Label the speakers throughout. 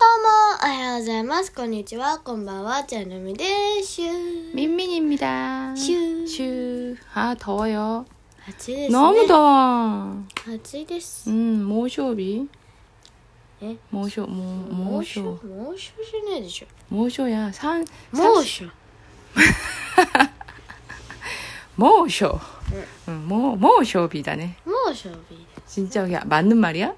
Speaker 1: おはようございます。こんにちは。こんばんは。ちゃんのみです。シュー。
Speaker 2: 민민입니다.
Speaker 1: 슈.
Speaker 2: 슈. 아 더워요.
Speaker 1: 暑いですね。
Speaker 2: 너무 더워.
Speaker 1: 暑いです。
Speaker 2: 음, 모쇼비.
Speaker 1: 에?
Speaker 2: 모쇼, 모,
Speaker 1: 猛暑
Speaker 2: 모쇼.
Speaker 1: 猛暑じゃないでしょ。
Speaker 2: 모쇼야. 산,
Speaker 1: 猛
Speaker 2: 삼십-
Speaker 1: 暑。
Speaker 2: 모쇼. 응, 모, 모쇼비다네.
Speaker 1: 猛暑日。
Speaker 2: 진짜 그게 맞는 말이야?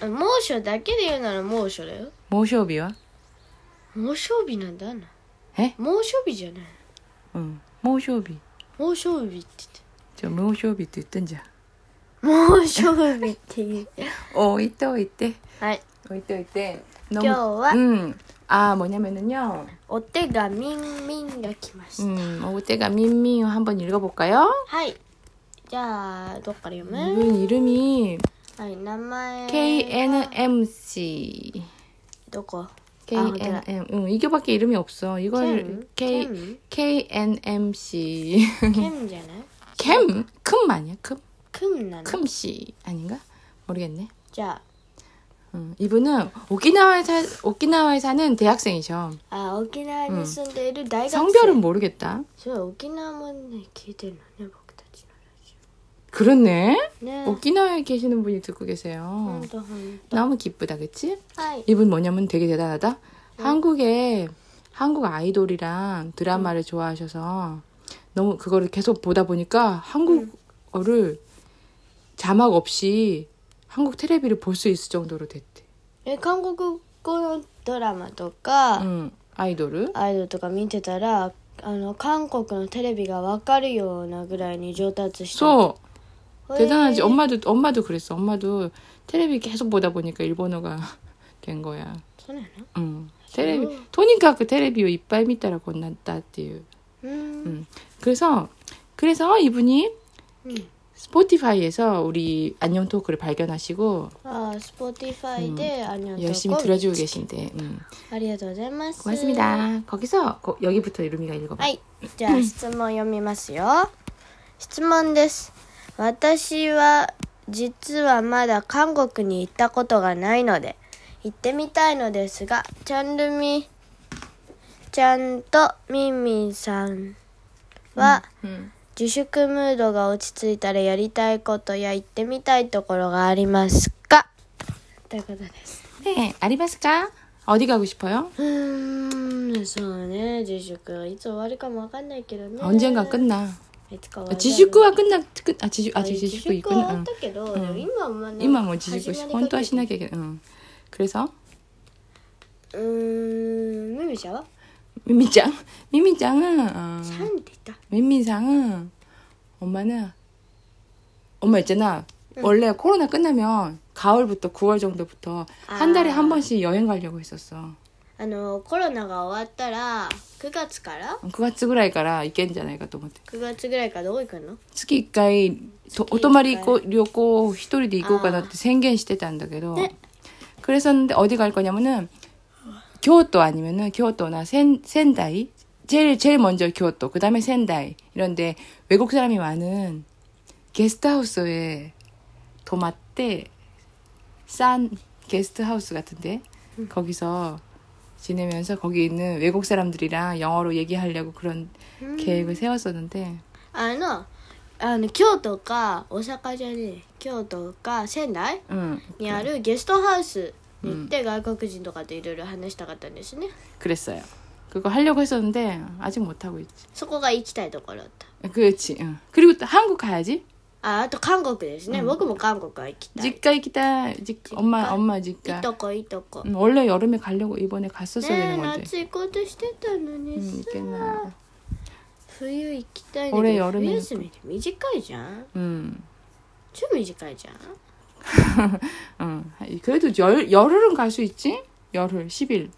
Speaker 1: あ猛暑だけで言うなら猛暑だよ。
Speaker 2: 모쇼비와?
Speaker 1: 猛暑日なんだな。
Speaker 2: え
Speaker 1: 猛暑日じゃない。
Speaker 2: 응, 모쇼비.
Speaker 1: 猛暑日って
Speaker 2: 저 모쇼비도 있던지.
Speaker 1: 言って。猛暑日って言って。
Speaker 2: 어, 이때, 어, 이때.
Speaker 1: はい。
Speaker 2: 어, 이때, 이때.
Speaker 1: 今日は
Speaker 2: 음. 아, 뭐냐면은요.
Speaker 1: お手がみんみんが来ました。
Speaker 2: 음, 오때가 민민 한번 읽어볼까요?
Speaker 1: はい。じゃあ、どっから読む、
Speaker 2: 이분 이름이
Speaker 1: はい、名前。が
Speaker 2: KNMC.
Speaker 1: どこ
Speaker 2: KNM. 응, 이거밖에 이름이 없어. 이걸 K
Speaker 1: 캠?
Speaker 2: KNMC.
Speaker 1: ケンじゃない
Speaker 2: 캠? 큼 아니야? 큼?
Speaker 1: クンなの
Speaker 2: 큼 씨 아닌가? 모르겠네.
Speaker 1: じゃ
Speaker 2: 응, 이분은 오키나와에 사 오키나와에 사는 대학생이셔.
Speaker 1: ああ沖縄に住んでいる大学生、
Speaker 2: 성별은 모르겠다.
Speaker 1: そう沖縄もね聞いてるのね僕たち
Speaker 2: 그렇네.
Speaker 1: のね
Speaker 2: 오키나와에 계시는 분이 듣고 계세요.
Speaker 1: 本当本
Speaker 2: 너무 기쁘다, 그치?
Speaker 1: 当はい
Speaker 2: 이분 뭐냐면 되게 대단하다. 한국에 한국 아이돌이랑 드라마를 좋아하셔서 너무 그거를 계속 보다 보니까 한국어를 자막 없이 한국 테레비를 볼 수 있을 정도로 됐대.
Speaker 1: え韓国語のドラマとか、
Speaker 2: 응, 아이돌을.
Speaker 1: アイドルとか見てたらあの韓国のテレビがわかるようなぐらいに上達してう
Speaker 2: 소 대단하지. 엄마도 엄마도 그랬어. 엄마도 테레비 계속 보다 보니까 일본어가 된 거야.
Speaker 1: そうなの
Speaker 2: 응. 테레비. 토니까 그 테레비요 이빨 밑따라 건넜다っていう.
Speaker 1: うーん、
Speaker 2: 응. 그래서 그래서 이분이
Speaker 1: うん、
Speaker 2: 음. 스포티파이에서 우리 안녕 토크를 발견하시고
Speaker 1: あスポティファイで、あにゃんとこ
Speaker 2: 열심히 들어주고 계신데 음.
Speaker 1: ありがとうございます
Speaker 2: 고맙습니다. 거기서 거- 여기부터 루미가 읽어봐.
Speaker 1: はい。じゃあ質問読みますよ。質問です。私は実はまだ韓国に行ったことがないので行ってみたいのですが、チャンルミちゃんとミンミンさんは
Speaker 2: 음.
Speaker 1: 自粛ムードが落ち着いたらやりたいことや行ってみたいところがありますかということです。
Speaker 2: 네, 아리바스카 어디 가고 싶어요?
Speaker 1: うーん、そうね。自粛いつ終わるかもわかんないけどね。
Speaker 2: 언젠가 끝나.
Speaker 1: いつか終わ
Speaker 2: 아,
Speaker 1: る
Speaker 2: 지식구가 끝나 끝, 아 지식 아
Speaker 1: あ自
Speaker 2: 지식구
Speaker 1: 粛はあ
Speaker 2: 있구나.
Speaker 1: っ
Speaker 2: 응.
Speaker 1: たけど、でも今はまあなんか
Speaker 2: 이만 뭐 지식구
Speaker 1: 始まりかけて
Speaker 2: 혼또 신나게 응. 그래서
Speaker 1: うーんミミちゃんは
Speaker 2: 민민짱 민민짱은 어,
Speaker 1: 3って言っ
Speaker 2: 민민상은 엄마는 엄마 있잖아. 원래 코로나 끝나면 가을부터 9월 정도부터 한 달에 한 번씩 여행 가려고 했었어.
Speaker 1: たあのコロナが終わったら9月から
Speaker 2: 9月ぐらいから行けんじゃないかと思って。
Speaker 1: 9月ぐらいからどこ行くの
Speaker 2: 月1回とお泊まり行こう旅行を一人で行こうかなって宣言してたんだけど
Speaker 1: ね。
Speaker 2: 그랬었는데 어디 갈 거냐면은 교토 아니면은 교토나 센 센다이 제일 제일 먼저 교토 그다음에 센다이 이런데 외국 사람이 많은 게스트하우스에 도맡때 싼 게스트하우스 같은데 거기서 지내면서 거기 있는 외국 사람들이랑 영어로 얘기하려고 그런 계획을 세웠었는데
Speaker 1: あのあの京都か大阪じゃねえ京都か仙台
Speaker 2: 응
Speaker 1: にあるゲストハウスに行って外国人とかといろいろ話したかったんですね
Speaker 2: 그랬어요 그거 하려고 했었는데 아직 못 하고 있지
Speaker 1: そこが行きたいところだった
Speaker 2: 그렇지 응. 그리고 또 한국 가야지
Speaker 1: ああと韓国ですね、僕も韓国は行きたい
Speaker 2: 직가 있다. 직 엄마 엄마
Speaker 1: い
Speaker 2: 직가.
Speaker 1: とこいとこ
Speaker 2: 응, 원래 여름에 가려고 이번에 갔었어야
Speaker 1: ねえ
Speaker 2: 되는 건데.
Speaker 1: 夏行こうとしてたのに
Speaker 2: 응,
Speaker 1: さ、
Speaker 2: 있겠나.
Speaker 1: 冬行きたいんだ
Speaker 2: 俺
Speaker 1: けど
Speaker 2: やるね
Speaker 1: 冬休みって短いじゃん
Speaker 2: 음,
Speaker 1: 超短いじゃん
Speaker 2: 응. 그래도 열 열흘은 갈 수 있지? 열흘, 10일.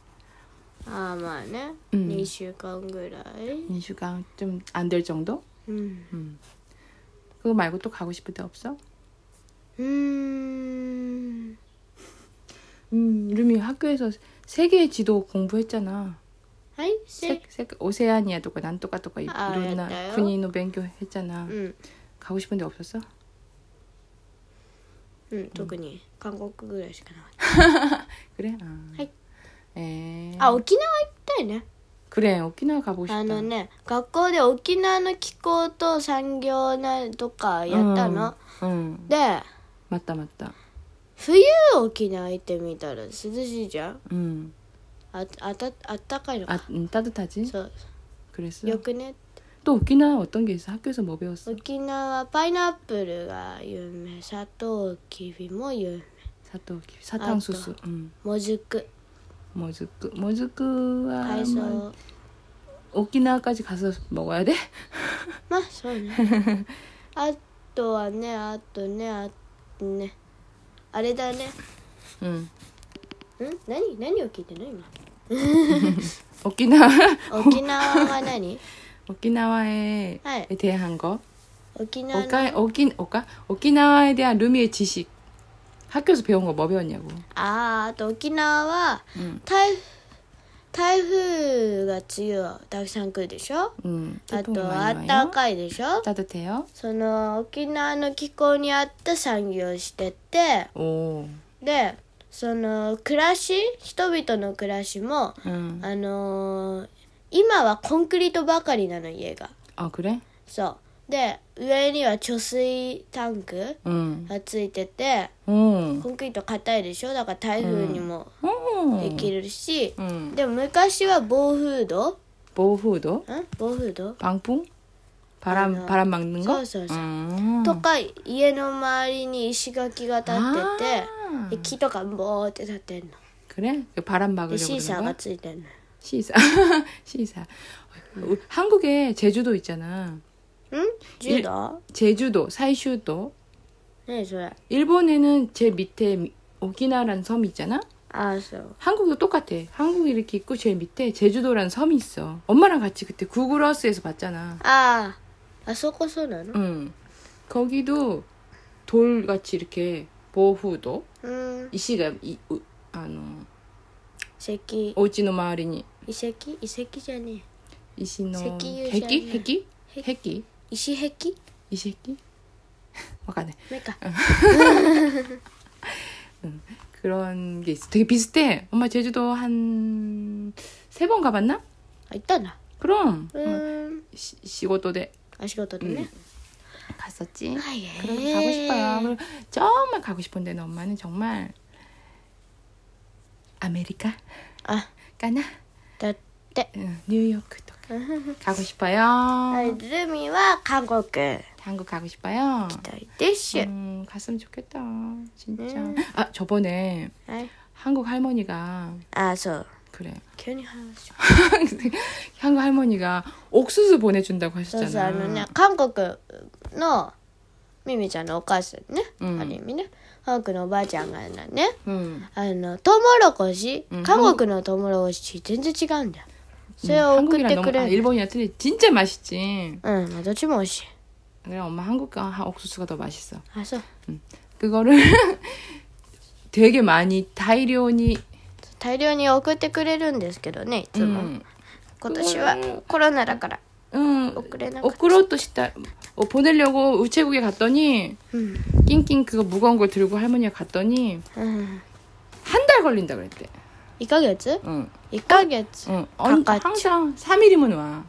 Speaker 1: ああまあね、
Speaker 2: う
Speaker 1: 二
Speaker 2: ん
Speaker 1: 2週間ぐらい
Speaker 2: 2주간 좀 안 될 정도?
Speaker 1: うん
Speaker 2: 그거 말고 또 가고 싶을 데 없어?
Speaker 1: うーん
Speaker 2: 음, 루미 학교에서 세계 지도 공부했잖아.
Speaker 1: はいせ
Speaker 2: 세, 세, 오세아니아 도가 그 난토가 도가 이-
Speaker 1: 아,
Speaker 2: 이런
Speaker 1: 알았어요.
Speaker 2: 군인노 뱅교 했잖아.
Speaker 1: うん、
Speaker 2: 가고 싶은 데 없었어?
Speaker 1: うん、特に韓国ぐらいしかなかっ
Speaker 2: 그래? 아.
Speaker 1: 하이. あ沖縄行きたいね
Speaker 2: 그래 아, 오키나와 가보고 싶다.
Speaker 1: あのね学校で沖縄の気候と産業なとかやったの、
Speaker 2: 응, 응.
Speaker 1: で
Speaker 2: 맞다 맞다.
Speaker 1: 冬沖縄行ってみたら涼しいじゃん
Speaker 2: 응.
Speaker 1: ああたあったかいの
Speaker 2: 아 음, 따뜻하지?
Speaker 1: そう
Speaker 2: 그랬어.
Speaker 1: よくね
Speaker 2: 또 오키나와 어떤 게 있어? 학교에서 뭐 배웠어?
Speaker 1: 沖縄パイナップルが有名砂糖きびも有名
Speaker 2: 아, 사또 사탕수수. 응.
Speaker 1: もずく
Speaker 2: 모즈크 모즈크와
Speaker 1: 海藻
Speaker 2: 뭐, 오키나와까지 가서 먹어야 돼?
Speaker 1: まあそうね あとはねあとねあとねあれだね
Speaker 2: 응.
Speaker 1: ん何何を聞いてるの今
Speaker 2: 오키나와
Speaker 1: 沖縄は 何
Speaker 2: 오키나와에
Speaker 1: 네.
Speaker 2: 대한 거.
Speaker 1: 沖縄の
Speaker 2: 오카 오키 오카 오키나와에 대한 루미의 지식. 학교에서 배운 거 뭐 배웠냐고.
Speaker 1: あーあと沖縄は
Speaker 2: 응.
Speaker 1: 台台風が強いたくさん来るでしょ
Speaker 2: 응.
Speaker 1: あ
Speaker 2: 태풍이
Speaker 1: とあっ
Speaker 2: 많이 와요.
Speaker 1: たかいでしょ
Speaker 2: 따뜻해요.
Speaker 1: その沖縄の気候に合った産業をしてて
Speaker 2: 오.
Speaker 1: でその暮らし人々の暮らしも
Speaker 2: 응.
Speaker 1: あのー今はコンクリートばかりなの家が
Speaker 2: 아 그래?
Speaker 1: そうで上には貯水タンク
Speaker 2: 응.
Speaker 1: がついてて
Speaker 2: 응.
Speaker 1: コンクリート硬いでしょだから台風にも
Speaker 2: 응.
Speaker 1: できるし、
Speaker 2: 응.
Speaker 1: でも昔は暴風土
Speaker 2: 보호도
Speaker 1: ん暴風土
Speaker 2: 방풍 바람
Speaker 1: 아니요.
Speaker 2: 바람 막는 거.
Speaker 1: 서서서.
Speaker 2: 음.
Speaker 1: とか家の周りに石垣が立ってて
Speaker 2: 아.
Speaker 1: で木とかボーって立ってんの
Speaker 2: 그래? 그 바람
Speaker 1: で
Speaker 2: 막으려고
Speaker 1: シーサー
Speaker 2: 그러는
Speaker 1: が
Speaker 2: 거야?
Speaker 1: ついてんの
Speaker 2: 시사. 시사. 우- 한국에 제주도 있잖아.
Speaker 1: ん柔道
Speaker 2: 제주도, 사이슈도.
Speaker 1: 何それ
Speaker 2: 일본에는 제일 밑에 미- 오키나와라는 섬이 있잖아.
Speaker 1: ああそう、
Speaker 2: 한국도 똑같아. 한국 이렇게 있고 제일 밑에 제주도라는 섬이 있어. 엄마랑 같이 그때 구글하우스에서 봤잖아.
Speaker 1: あああそこそうなの
Speaker 2: 응. 거기도 돌같이 이렇게 보호도
Speaker 1: うん遺
Speaker 2: 이시가 이 우- 아노
Speaker 1: 跡
Speaker 2: 오지노 마을이니
Speaker 1: 遺跡遺跡じゃね
Speaker 2: 이시노
Speaker 1: 새끼
Speaker 2: 해끼
Speaker 1: 유지하는-
Speaker 2: 해끼
Speaker 1: 해-
Speaker 2: 해끼
Speaker 1: え石壁
Speaker 2: 이새끼 막아네
Speaker 1: 目か
Speaker 2: 그런 게 있어. 되게 비슷해. 엄마 제주도 한 세 번 가봤나?
Speaker 1: あ行ったんだ
Speaker 2: 그럼
Speaker 1: うーん
Speaker 2: 시, 시고도대
Speaker 1: あ仕事でね、
Speaker 2: 갔었지.
Speaker 1: はい
Speaker 2: 그럼 가고 싶어요. 그리고 정말 가고 싶은데 엄마는 정말 아메리카
Speaker 1: あ
Speaker 2: 가나
Speaker 1: だって
Speaker 2: 응, 뉴욕 도 가고 싶어요.
Speaker 1: はいルミは韓国行
Speaker 2: 한국 가고 싶어요.
Speaker 1: きたいです、
Speaker 2: 음, 갔으면 좋겠다. 진짜.
Speaker 1: 음.
Speaker 2: 아 저번에
Speaker 1: はい
Speaker 2: 한국 할머니가
Speaker 1: ああそう
Speaker 2: 그래.
Speaker 1: 急に話しちゃう
Speaker 2: 한국 할머니가 옥수수 보내준다고
Speaker 1: そうそう
Speaker 2: 하셨잖아.
Speaker 1: あのね韓国のミミちゃんのお母さんね、
Speaker 2: うん
Speaker 1: ある意味ね韓国のおばあちゃんがね
Speaker 2: 응.
Speaker 1: あのトウモロコシ、
Speaker 2: うん
Speaker 1: 韓国のトウモロコシ全然違うんだよそれを送っ
Speaker 2: 한국이랑
Speaker 1: て
Speaker 2: 너무
Speaker 1: く
Speaker 2: 아,
Speaker 1: れる
Speaker 2: 일본이랑 틀리 진짜 맛있지.
Speaker 1: うん、まあ、どっちも美味しい
Speaker 2: 그래 엄마 한국 아, 옥수수가 더 맛있어.
Speaker 1: あそう
Speaker 2: 그거를 되게 많이 다이리온이
Speaker 1: 大量に送ってくれるんですけどねいつも、
Speaker 2: 음,
Speaker 1: 今年はコロナだから
Speaker 2: 응,
Speaker 1: 오크레 나갔어.
Speaker 2: 오크로또 시다 음, 어, 보내려고 우체국에 갔더니
Speaker 1: うん、
Speaker 2: 낑낑 그거 무거운 걸 들고 할머니가 갔더니
Speaker 1: うん、
Speaker 2: 한 달 걸린다 그랬대.
Speaker 1: 1ヶ月
Speaker 2: 응,
Speaker 1: 1ヶ月
Speaker 2: 응. 언,
Speaker 1: 가깝죠.
Speaker 2: 항상 3일이면 와.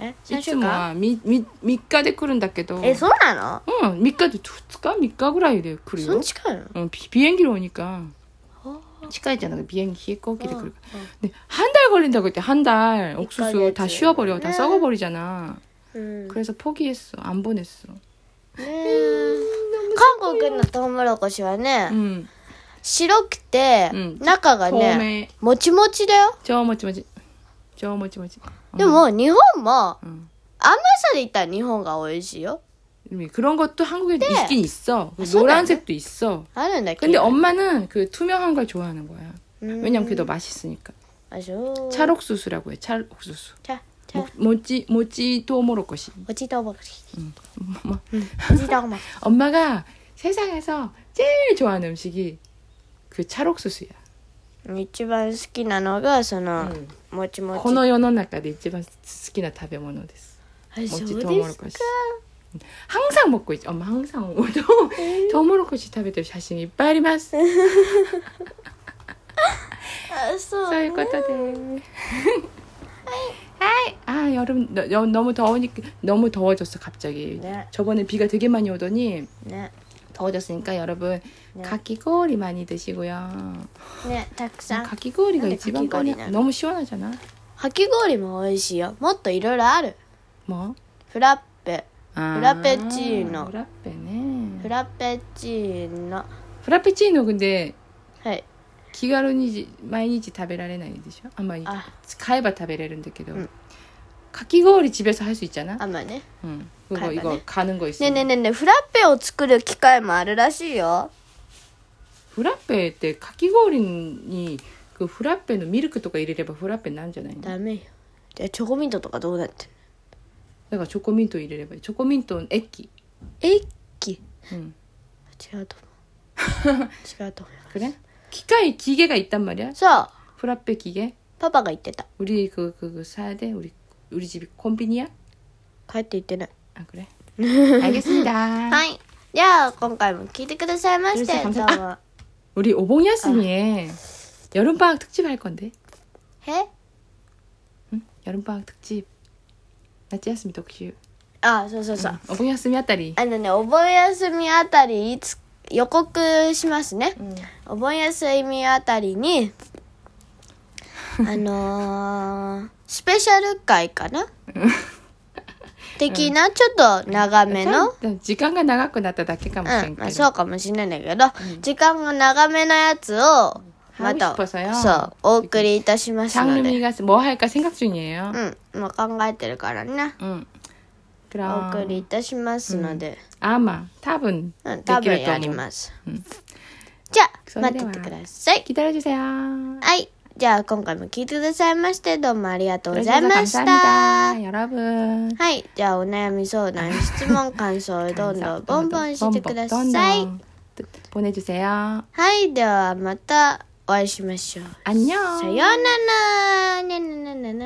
Speaker 1: え3週
Speaker 2: 이쯤
Speaker 1: 間
Speaker 2: 와. 미, 미, 미가데 끄른다께도.
Speaker 1: えそうな
Speaker 2: 응, 미가데 두스가 미가 구라이래
Speaker 1: の
Speaker 2: 그래요.
Speaker 1: そん近いの
Speaker 2: 응, 어, 비, 비행기로 오니까.
Speaker 1: あ
Speaker 2: 치과있잖아 그 비행기 꺼기를
Speaker 1: 어,
Speaker 2: 그리고
Speaker 1: 어.
Speaker 2: 근데 한 달 걸린다고 했대 한 달 옥수수
Speaker 1: 이까지
Speaker 2: 다
Speaker 1: 했지.
Speaker 2: 쉬어버려
Speaker 1: 네.
Speaker 2: 다
Speaker 1: 음.
Speaker 2: 썩어버리잖아
Speaker 1: うんね
Speaker 2: 그래서 포기했어 안 보냈어
Speaker 1: え韓国のトウモロコシはね、
Speaker 2: 응.
Speaker 1: 白くて、
Speaker 2: うん
Speaker 1: 中がねも
Speaker 2: 음. 처음에
Speaker 1: ちもちだよ
Speaker 2: 저 뭐지 뭐지 저 뭐지 어. 뭐지
Speaker 1: でも日本も
Speaker 2: 응.
Speaker 1: 甘さで言ったら日本が美味しいよ
Speaker 2: 음, 그런 것도 한국에
Speaker 1: 네.
Speaker 2: 있긴 있어 그
Speaker 1: 아, 소리 안
Speaker 2: 노란색도 있어
Speaker 1: あるんだけ
Speaker 2: 근데
Speaker 1: ど
Speaker 2: 엄마는 그 투명한 걸 좋아하는 거야
Speaker 1: うん
Speaker 2: 왜냐면 그게 더 맛있으니까
Speaker 1: あそうチャロ
Speaker 2: 찰옥수수라고 해 찰옥수수
Speaker 1: チャチャ
Speaker 2: 모- 모찌 모찌 도모로코시
Speaker 1: おじとおばかし
Speaker 2: 뭐
Speaker 1: おじとおば
Speaker 2: 엄마가 세상에서 제일 좋아하는 음식이 그 찰옥수수야.
Speaker 1: 一番好きなのがその、もちもち
Speaker 2: 음. 코노 요노나카데 뭐 이치반 好きな食べ物です.
Speaker 1: あそうで
Speaker 2: 모찌
Speaker 1: すか
Speaker 2: 토모로코시. 항상 먹고 있지. 엄마 항상 오도
Speaker 1: 음.
Speaker 2: 토모로코시 食べてる写真いっぱいあります.
Speaker 1: あそう
Speaker 2: ということではい아 여름 너, 여- 너무 더우니까 너무 더워졌어 갑자기
Speaker 1: 네.
Speaker 2: 저번에 비가 되게 많이 오더니
Speaker 1: ね
Speaker 2: 더워졌으니까 여러분
Speaker 1: 네.
Speaker 2: 가기고리 많이 드시고요
Speaker 1: ねたくさん
Speaker 2: 가기고리가
Speaker 1: 근데
Speaker 2: 이지방 거리
Speaker 1: 가기고리는-
Speaker 2: 너무 시원하잖아
Speaker 1: かき氷も美味しいよもっといろいろある
Speaker 2: 뭐
Speaker 1: フラッペ
Speaker 2: 아,
Speaker 1: 프라페치노.
Speaker 2: 프라페네
Speaker 1: フラペチーノ
Speaker 2: 프라페치노 근데
Speaker 1: はい
Speaker 2: 기가로니지 마이니지 다베라레나이 드셔? 아마
Speaker 1: 아.
Speaker 2: 가이바 다베레는데 도
Speaker 1: 응.
Speaker 2: 가키고리 집에서 할 수 있잖아.
Speaker 1: あまあね
Speaker 2: 응. 그거
Speaker 1: 가이바네.
Speaker 2: 이거 가는 거 있어.
Speaker 1: ねえねえねえねえフラッペを作る機械もあるらしいよ
Speaker 2: 후라페 때 가키고리니 그 후라페는 밀크 とか入れれば 후라페 난잖아요.
Speaker 1: ダメよじゃあチョコミントとかどうなってん
Speaker 2: 내가 초코민토 入れれば 초코민토는 액기.
Speaker 1: のえっき
Speaker 2: 응.
Speaker 1: 違うと 思う違うと思う
Speaker 2: 그래? 기가에 기계가 있단 말이야.
Speaker 1: そう
Speaker 2: 후라페 기계.
Speaker 1: パパが言ってた
Speaker 2: 우리 그 그 그 사야 돼. 우리 우리 집이 콤비니야?
Speaker 1: 帰って言ってない
Speaker 2: 아 그래. 알겠습니다.
Speaker 1: はいじゃあ今回も聞いてくださいまして
Speaker 2: う
Speaker 1: ど
Speaker 2: る
Speaker 1: う
Speaker 2: さい
Speaker 1: も
Speaker 2: 우리 오봉야스미에 여름방학 특집 할 건데.
Speaker 1: へ
Speaker 2: 응? 여름방학 특집. 나치야스미 독슈.
Speaker 1: あそうそうそう、
Speaker 2: 오봉야스미 아따리.
Speaker 1: あのねお盆休みあたりいつ予告しますね、お盆休みあたりにあの ースペシャル回かな的なちょっと長めの、
Speaker 2: 시간이 나갔고 났다 다케가
Speaker 1: うん
Speaker 2: 못생겨.
Speaker 1: まあ、そうかもしれないんだけど、時間が長めのやつをまた
Speaker 2: ハウスパサや
Speaker 1: そうお送りいたしますので
Speaker 2: 장르미가 뭐 할까 생각 중이에요.
Speaker 1: うんもう考えてるからね
Speaker 2: 응.
Speaker 1: お送り
Speaker 2: 그럼
Speaker 1: いたしますので、
Speaker 2: 아마 탑은
Speaker 1: うん多分
Speaker 2: 느낄
Speaker 1: やり
Speaker 2: 거고.
Speaker 1: ます、じゃあ
Speaker 2: それ
Speaker 1: 待っ
Speaker 2: では
Speaker 1: ててください
Speaker 2: 기다려 주세요.
Speaker 1: はい。じゃあ、今回も聞いてくださいまして、どうもありがとうございました。
Speaker 2: 감사합니다. 여러분.
Speaker 1: はい。じゃあ、お悩み相談、質問、感想をどんどんボンボンしてください。
Speaker 2: 보내주세요.
Speaker 1: はい。では、またお会いしましょう。
Speaker 2: 안녕.
Speaker 1: さようならねねねねね